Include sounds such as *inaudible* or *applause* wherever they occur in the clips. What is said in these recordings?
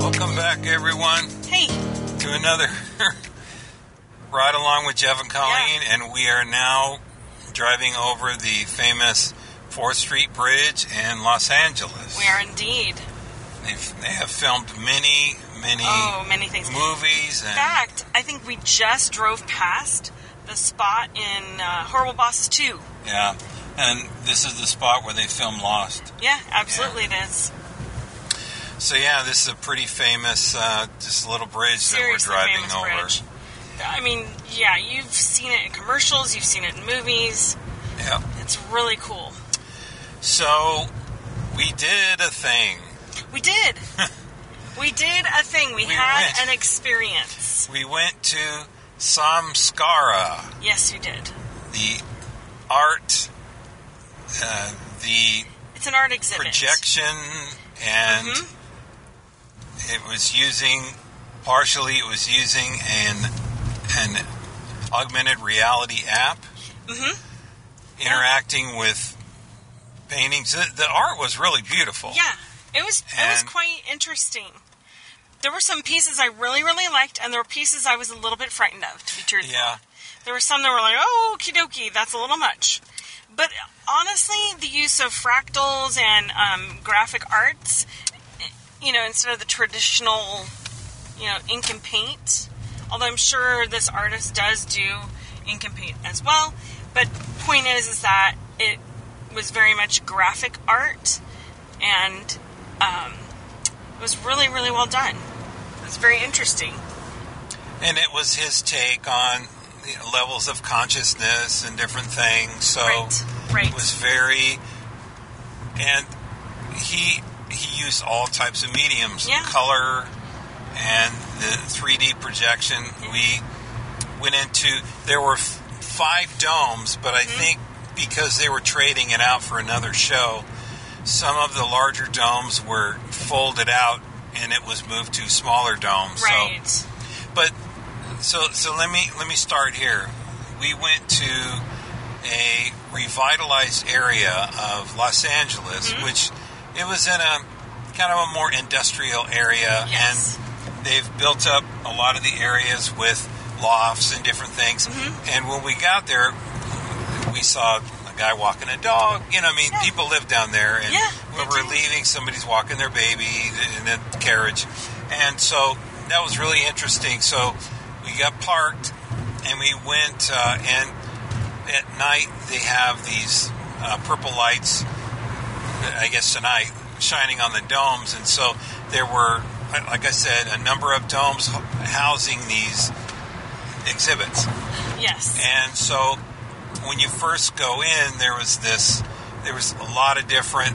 back, everyone, Hey, to another *laughs* ride along with Jeff and Colleen, and we are now driving over the famous Fourth Street Bridge in Los Angeles. we are indeed. They've, they have filmed many, many Oh, many things. movies In and fact, I think we just drove past the spot in uh, Horrible Bosses 2. yeah. And this is the spot where they filmed Lost. Yeah, absolutely it is. So yeah, this is a pretty famous, uh, just little bridge Seriously that we're driving famous over. bridge. I mean, yeah, you've seen it in commercials, you've seen it in movies. Yeah. It's really cool. So we did a thing. We did. *laughs* we did a thing. We, We had went. an experience. We went to Samskara, Yes, we did. the art, uh, the It's an art exhibit. projection, and it was using partially. It was using an an augmented reality app, interacting with paintings. The, the art was really beautiful. Yeah, it was it was And- quite interesting. There were some pieces I really really liked, and there were pieces I was a little bit frightened of. To be truthful, Yeah. there were some that were like, "Oh, okie dokie, that's a little much." But honestly, the use of fractals and um, graphic arts, you know, instead of the traditional, you know, ink and paint. Although I'm sure this artist does do ink and paint as well. But point is, is that it was very much graphic art and um, it was really, really well done. It was very interesting. and it was his take on you know, levels of consciousness and different things. So Right, right. it was very, and he he used all types of mediums, Yeah. color and the 3D projection. We went into there were f- five domes, but I Mm-hmm. think because they were trading it out for another show, some of the larger domes were folded out. And it was moved to smaller domes. So Right. but so so let me let me start here. We went to a revitalized area of Los Angeles, which it was in a kind of a more industrial area, Yes. and they've built up a lot of the areas with lofts and different things. And when we got there, we saw a guy walking a dog. You know, I mean, Yeah. people live down there, and Yeah, when they we're do. leaving, somebody's walking their baby in a carriage, and so that was really interesting. So we got parked, and we went, uh, and at night they have these uh, purple lights. uh, I guess tonight shining on the domes, and so there were, like I said, a number of domes housing these exhibits. Yes. And so when you first go in, there was this, there was a lot of different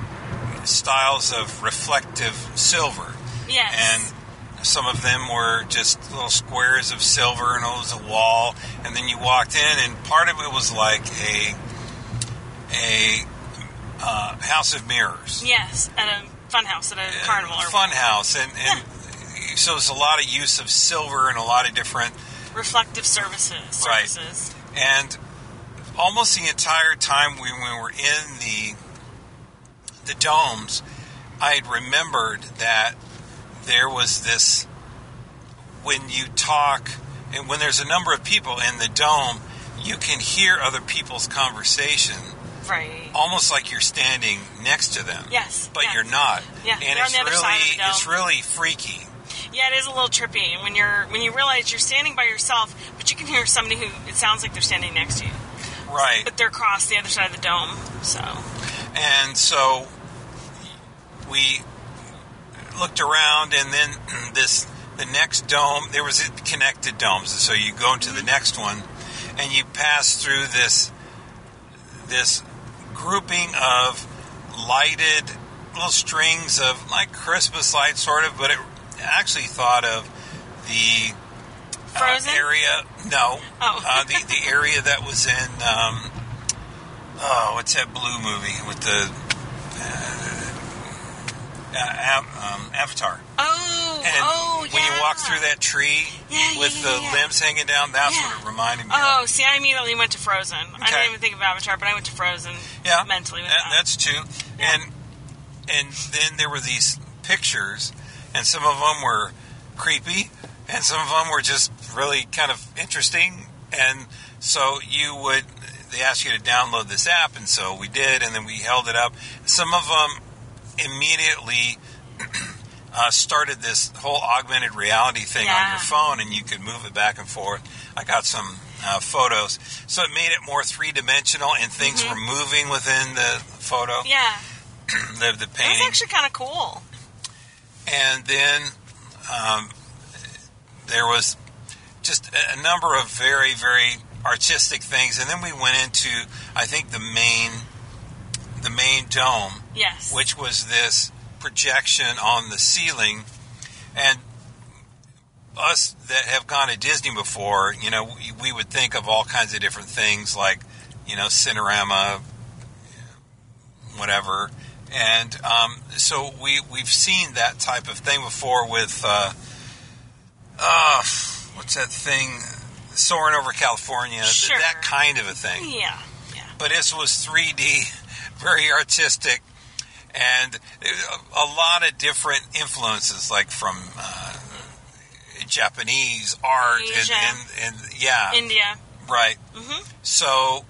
styles of reflective silver. yes. And some of them were just little squares of silver, and it was a wall. And then you walked in, and part of it was like a a uh, house of mirrors, yes. At a fun house at a carnival or fun house, and, and so it's a lot of use of silver and a lot of different reflective services. Right. Services. and almost the entire time we, when we were in the the domes, I had remembered that there was this when you talk and when there's a number of people in the dome, you can hear other people's conversation Right. almost like you're standing next to them. Yes, But yeah. you're not. Yeah, And they're on it's the other really side of the it's dome. really freaky. Yeah, it is a little trippy when you're when you realize you're standing by yourself, but you can hear somebody who it sounds like they're standing next to you, Right. but they're across the other side of the dome. So And so we looked around, and then *clears throat* this the next dome. There was connected domes, so you go into the next one, and you pass through this this grouping of lighted little strings of like Christmas lights, sort of. But it I actually thought of the uh, frozen. area. No, Oh. uh, the the area that was in. Um, oh, what's that blue movie with the uh, uh, Av- um, Avatar? oh, And oh, yeah. when you walk through that tree Yeah, yeah, with yeah, the yeah. limbs hanging down, that's what Yeah. it reminded me Oh, of. see, I immediately went to Frozen. I Okay. didn't even think of Avatar, but I went to Frozen Yeah, mentally. With that- that. that's two. And and then there were these pictures, and some of them were creepy, and some of them were just really kind of interesting. And so you would, they asked you to download this app, and so we did, and then we held it up. Some of them immediately *clears throat* uh, started this whole augmented reality thing on Yeah. your phone, and you could move it back and forth. I got some uh, photos, so it made it more three dimensional, and things were moving within the photo, Mm-hmm. Yeah. the, the It was painting. actually kind of cool. and then um, there was just a- a number of very very artistic things and then we went into i think the main the main dome Yes. which was this projection on the ceiling and us that have gone to disney before you know we, we would think of all kinds of different things like you know cinerama whatever and um, so we we've seen that type of thing before with uh, uh, what's that thing soaring over california th- Sure. that kind of a thing yeah. Yeah. but this was 3D, *laughs* very artistic, and a lot of different influences, like from uh, Japanese art and, Asia. and, and yeah, India. right. Mhm. So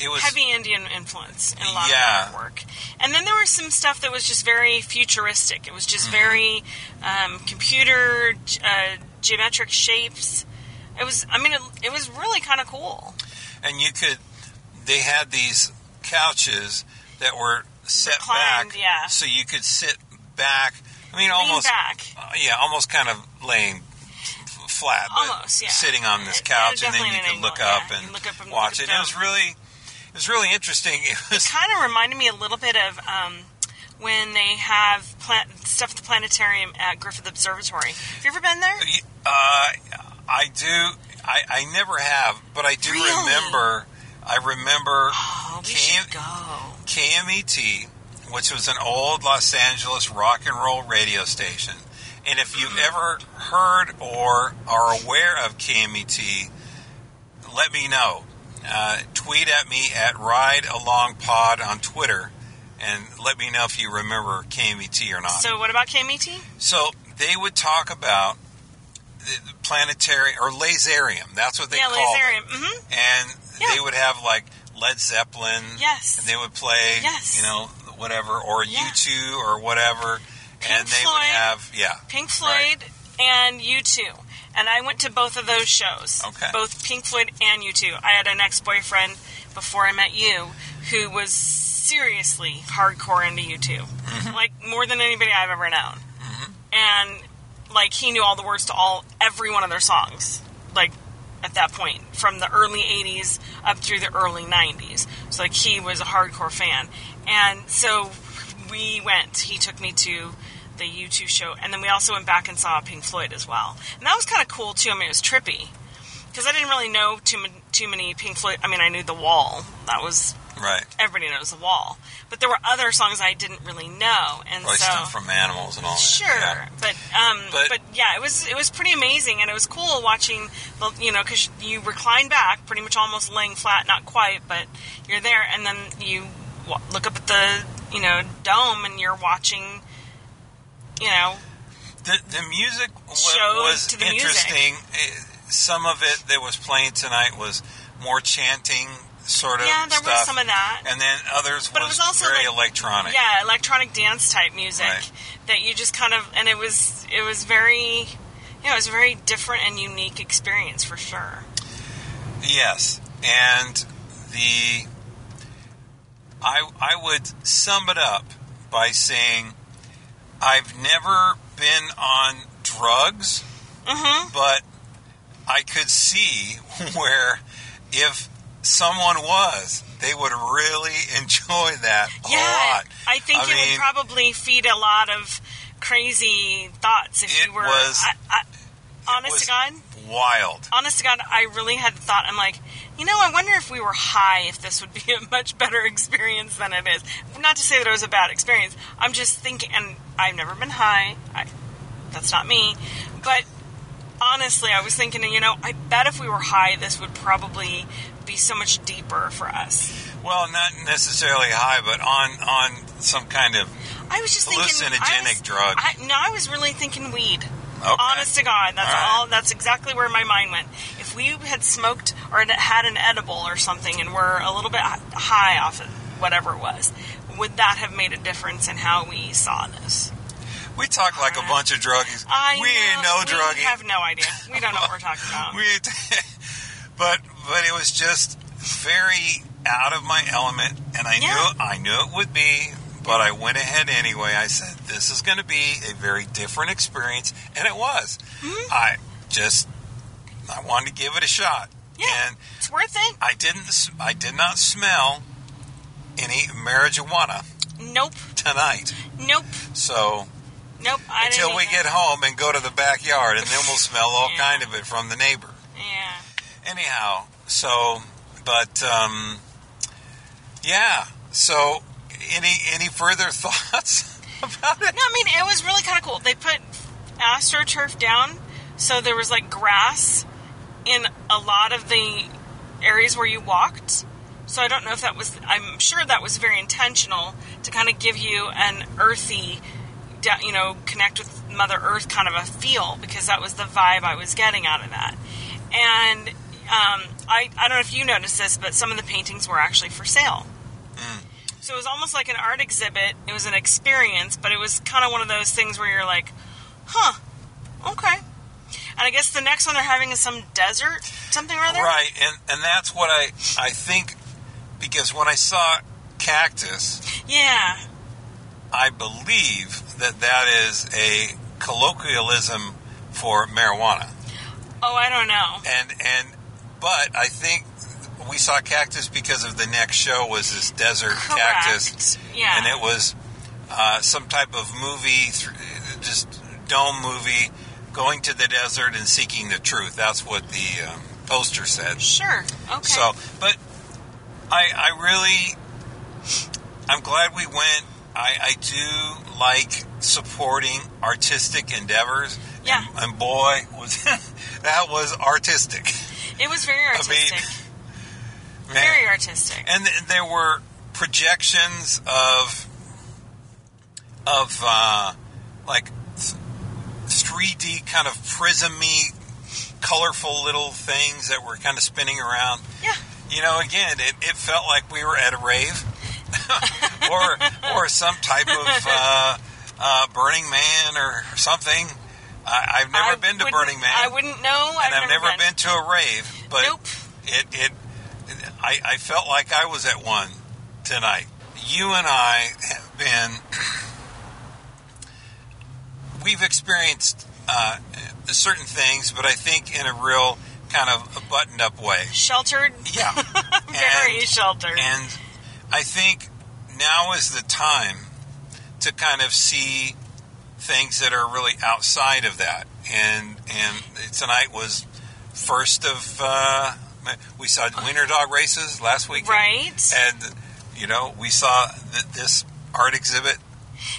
it was Heavy Indian influence in a lot Yeah. of that work. And then there was some stuff that was just very futuristic. It was just Mm-hmm. very um, computer, g- uh, geometric shapes. It was, I mean, it, it was really kind of cool. and you could they had these couches that were set Reclined, back yeah. so you could sit back i mean almost Lean back. uh, yeah almost kind of laying f- flat but Almost, yeah. sitting on this It- couch it and then definitely you an could look angle, up yeah. You and look up and look watch at it the it was film. really it was really interesting *laughs* it was kind of reminded me a little bit of um, when they have plant, stuff at the planetarium at Griffith Observatory. Have you ever been there? uh, i do I, I never have but i do Really? remember i remember Oh, we Cam- should go. KMET, E which was an old Los Angeles rock and roll radio station. And if you've Mm-hmm. ever heard or are aware of KMET, let me know. Uh, tweet at me at Ride Along Pod on Twitter, and let me know if you remember KMET or not. So, what about E KMET? So they would talk about the the planetary or laserium. That's what they yeah, called it Laserium. Mm-hmm. and Yeah. they would have like Led Zeppelin. Yes. And they would play, Yes. you know, whatever, or Yeah. U2 or whatever. and they Floyd. would have, yeah. Pink Right. Floyd and U2. And I went to both of those shows. Okay. Both Pink Floyd and U2. I had an ex boyfriend before I met you who was seriously hardcore into U2. Like, more than anybody I've ever known. And, like, he knew all the words to all, every one of their songs. Like, at that point, from the early 80s up through the early 90s. So, like, he was a hardcore fan. And so we went, he took me to the U2 show, and then we also went back and saw Pink Floyd as well. And that was kind of cool, too. I mean, it was trippy. Because I didn't really know too, ma- too many Pink Floyd. I mean, I knew The Wall. That was, Right. everybody knows The Wall. But there were other songs I didn't really know. And Probably so. stuff from animals and all that. Sure, yeah. but um, But- but, yeah, it was it was pretty amazing, and it was cool watching the you know because you recline back, pretty much almost laying flat, not quite, but you're there, and then you wa look up at the you know dome, and you're watching, you know, The, the music wa- Shows was to the music. interesting. Eh, Some of it that was playing tonight was more chanting sort of yeah, there stuff. was some of that, And then others But it was also very like- electronic. yeah, electronic dance type music Right. that you just kind of, and it was it was very, you know, it was a very different and unique experience for sure. Yes, and the I I would sum it up by saying I've never been on drugs, but I could see *laughs* where if someone was, they would really *laughs* enjoy that a lot. I think I it mean- would probably feed a lot of crazy thoughts if It you were. was- I, I, honest was- to God, Wild. honest to God, I really had the thought. I'm like, you know, I wonder if we were high, if this would be a much better *laughs* experience than it is. Not to say that it was a bad experience. I'm just thinking, and I've never been high. I, that's not me, but honestly, I was thinking, you know, I bet if we were high, this would probably be so much deeper for us. Well, not necessarily high, but on on some kind of I was just thinking I Hallucinogenic was- drug. I, no, I was really thinking weed. Okay. Honest to God, that's All right. all. That's exactly where my mind went. If we had smoked or had- had an edible or something, and were a little bit hi- high off of whatever it was, would that have made a difference in how we saw this? We talk like a bunch of druggies. I we ain't no know, druggie. We have no idea. We don't know what we're talking about. *laughs* We, but but it was just very out of my element, and I Yeah. knew I knew it would be. But I went ahead anyway. I said this is going to be a very different experience, and it was. Mm-hmm. I just I wanted to give it a shot, Yeah. and it's worth it. I didn't. s- I did not smell any marijuana Nope. tonight. Nope. So Nope. I didn't until we either. get home and go to the backyard, and then we'll smell all Yeah. kind of it from the neighbor. Yeah. anyhow so but um yeah so any any further *laughs* thoughts about it No, I mean it was really kind of cool. They put astroturf down, so there was like grass in a lot of the areas where you walked. So I don't know if that was. I'm sure that was very intentional to kind of give you an earthy, da- you know, connect with Mother Earth kind of a feel because that was the vibe I was getting out of that. And um, I I don't know if you noticed this, but some of the paintings were actually for sale. So it was almost like an art exhibit. It was an experience, but it was kind of one of those things where you're like, huh, okay. And I guess the next one they're having is some desert, something or other. right and and that's what i i think because when i saw cactus Yeah. i believe that that is a colloquialism for marijuana Oh, I don't know. and and but i think we saw cactus because of the next show was this desert Correct. cactus Yeah. and it was uh, some type of movie, th- just dome movie, going to the desert and seeking the truth. That's what the um, poster said. sure. Okay. So, but I, I really, I'm glad we went. I, I do like supporting artistic endeavors. Yeah. And, and boy, *laughs* was that was artistic. it was very artistic. Man. very artistic. and th- there were projections of of uh, like three D kind of prismy, colorful little things that were kind of spinning around. yeah. You know, again, it, it felt like we were at a rave *laughs* or or some type of uh, uh, Burning Man or something. I, I've never I been to wouldn't- Burning Man I wouldn't know. and I've never, been. to a rave, but Nope. it it I, I felt like I was at one tonight. You and I have been *clears throat* we've experienced uh, certain things, but I think in a real kind of buttoned up way. Sheltered. *laughs* Yeah, Very And- sheltered. and I think now is the time to kind of see things that are really outside of that. And and tonight was first of uh, we saw winter dog races last week, right? And you know we saw th- this art exhibit.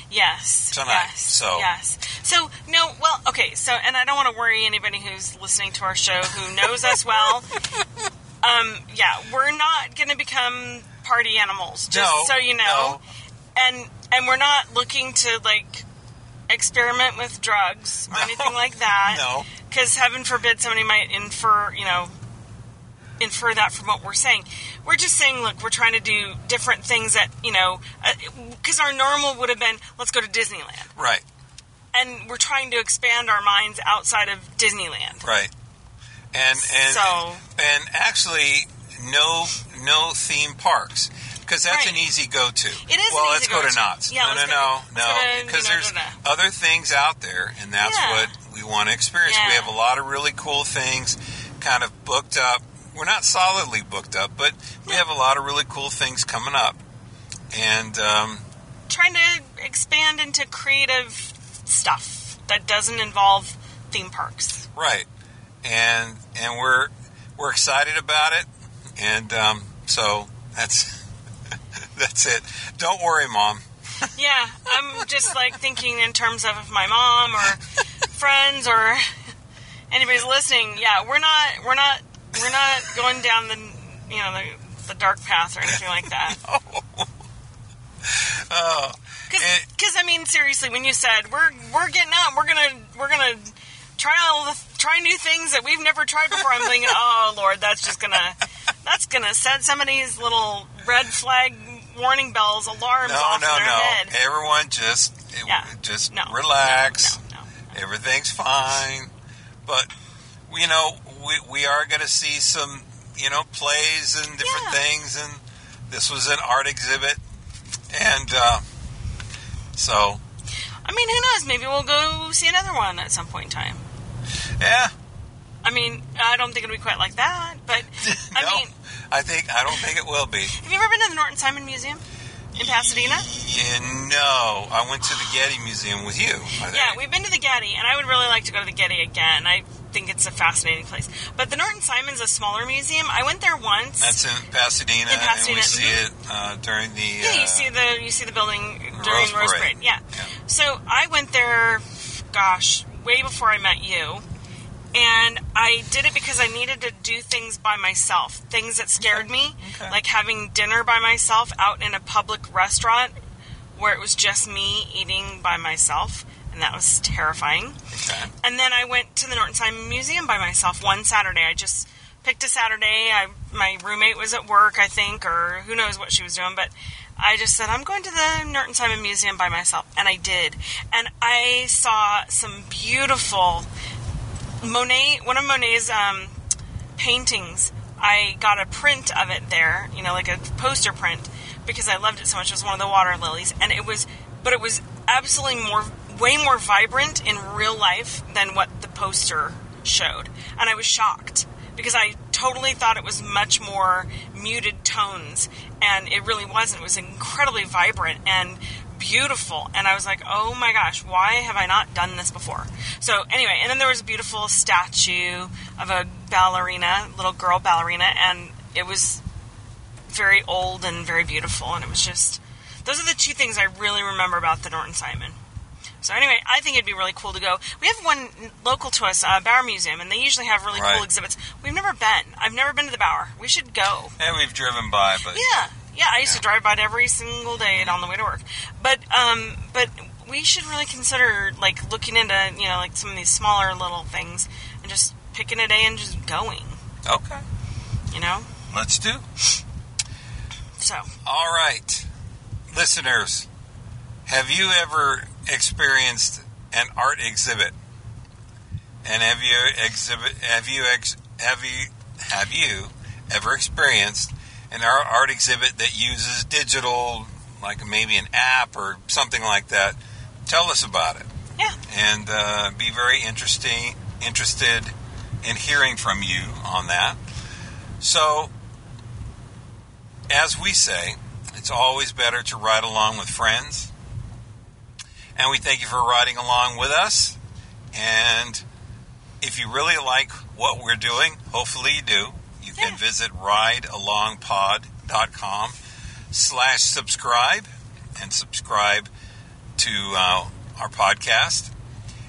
Yes. tonight, Yes. so- yes. So no. Well, okay. So and I don't want to worry anybody who's listening to our show who knows us *laughs* well. Um. Yeah, we're not going to become party animals. Just No, so you know. no. And and we're not looking to like experiment with drugs or No, anything like that. no. Because heaven forbid somebody might infer. You know. Infer that from what we're saying. We're just saying, look, we're trying to do different things that, you know, because our normal would have been, let's go to Disneyland Right, and we're trying to expand our minds outside of Disneyland. right. And and So- and actually no no theme parks. Because that's an Right. easy go-to. It is Well, an let's easy go to go-to. Knott's. Yeah, no, let's no, go- no, let's go no. to- Because you know, there's da, da. other things out there, and that's Yeah. what we want to experience. We Yeah. have a lot of really cool things, kind of booked up. We're not solidly booked up, but we have a lot of really cool things coming up, and um, Trying to expand into creative stuff that doesn't involve theme parks. right, and and we're we're excited about it, and um, so that's *laughs* that's it. Don't worry, mom. Yeah, I'm just like thinking in terms of if my mom or friends or anybody's listening. Yeah, we're not we're not we're not going down the you know the, the dark path or anything like that. *laughs* Oh, it- Because I mean seriously, when you said we're we're getting up, we're gonna we're gonna try all the try new things that we've never tried before. I'm *laughs* thinking, oh Lord, that's just gonna that's gonna set somebody's little red flag warning bells alarms No, off no, in their no. head. Everyone just it- Yeah. just No. relax. No, no, Everything's fine. But you know, we we are going to see some, you know, plays and different Yeah. things and this was an art exhibit and uh, so I mean, who knows? Maybe we'll go see another one at some point in time. yeah, I mean, I don't think it'll be quite like that, *laughs* but I no. mean, I think I don't think it will be. have you ever been to the Norton Simon Museum in Pasadena? Yeah, no, I went to the Getty Museum with you. I think. Yeah, we've been to the Getty, and I would really like to go to the Getty again. I think it's a fascinating place. But the Norton Simon's a smaller museum. I went there once. That's in Pasadena, In and we Pasadena, see mhm. it uh, during the yeah, uh, you see the you see the building during Rose Rose, Parade. Parade. Yeah. Yeah. So I went there, gosh, way before I met you, and I did it because I needed to do things by myself, things that scared me, Okay. like having dinner by myself out in a public restaurant where it was just me eating by myself, and that was terrifying. okay. And then I went to the Norton Simon Museum by myself one Saturday. I just picked a Saturday. I, my roommate was at work, I think, or who knows what she was doing, but I just said, I'm going to the Norton Simon Museum by myself. And I did. And I saw some beautiful Monet, one of Monet's um, paintings. I got a print of it there, you know, like a poster print, because I loved it so much. It was one of the water lilies, and it was, but it was absolutely more, way more vibrant in real life than what the poster showed, and I was shocked because I totally thought it was much more muted tones, and it really wasn't. It was incredibly vibrant and beautiful and i was like oh my gosh why have i not done this before so anyway and then there was a beautiful statue of a ballerina little girl ballerina and it was very old and very beautiful and it was just those are the two things i really remember about the norton simon so anyway i think it'd be really cool to go we have one local to us uh, bauer museum and they usually have really Right. cool exhibits we've never been i've never been to the bauer we should go And we've driven by, but yeah, yeah. I used to drive by it every single day on the way to work. But um, but we should really consider like looking into you know like some of these smaller little things and just picking a day and just going. okay, You know, let's do. so All right, listeners, have you ever experienced an art exhibit? And have you exhibit? Have you ex? Have you have you ever experienced an ar- art exhibit that uses digital, like maybe an app or something like that? Tell us about it. yeah, and uh, be very interesting interested in hearing from you on that. So, as we say, it's always better to ride along with friends, and we thank you for riding along with us. And if you really like what we're doing, hopefully you do. You can Yeah. visit ridealongpod.com slash subscribe and subscribe to uh, our podcast.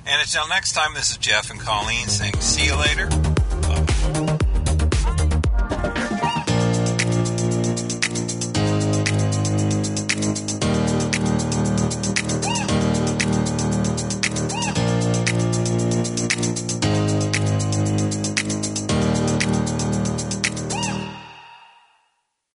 And until next time, this is Jeff and Colleen saying see you later.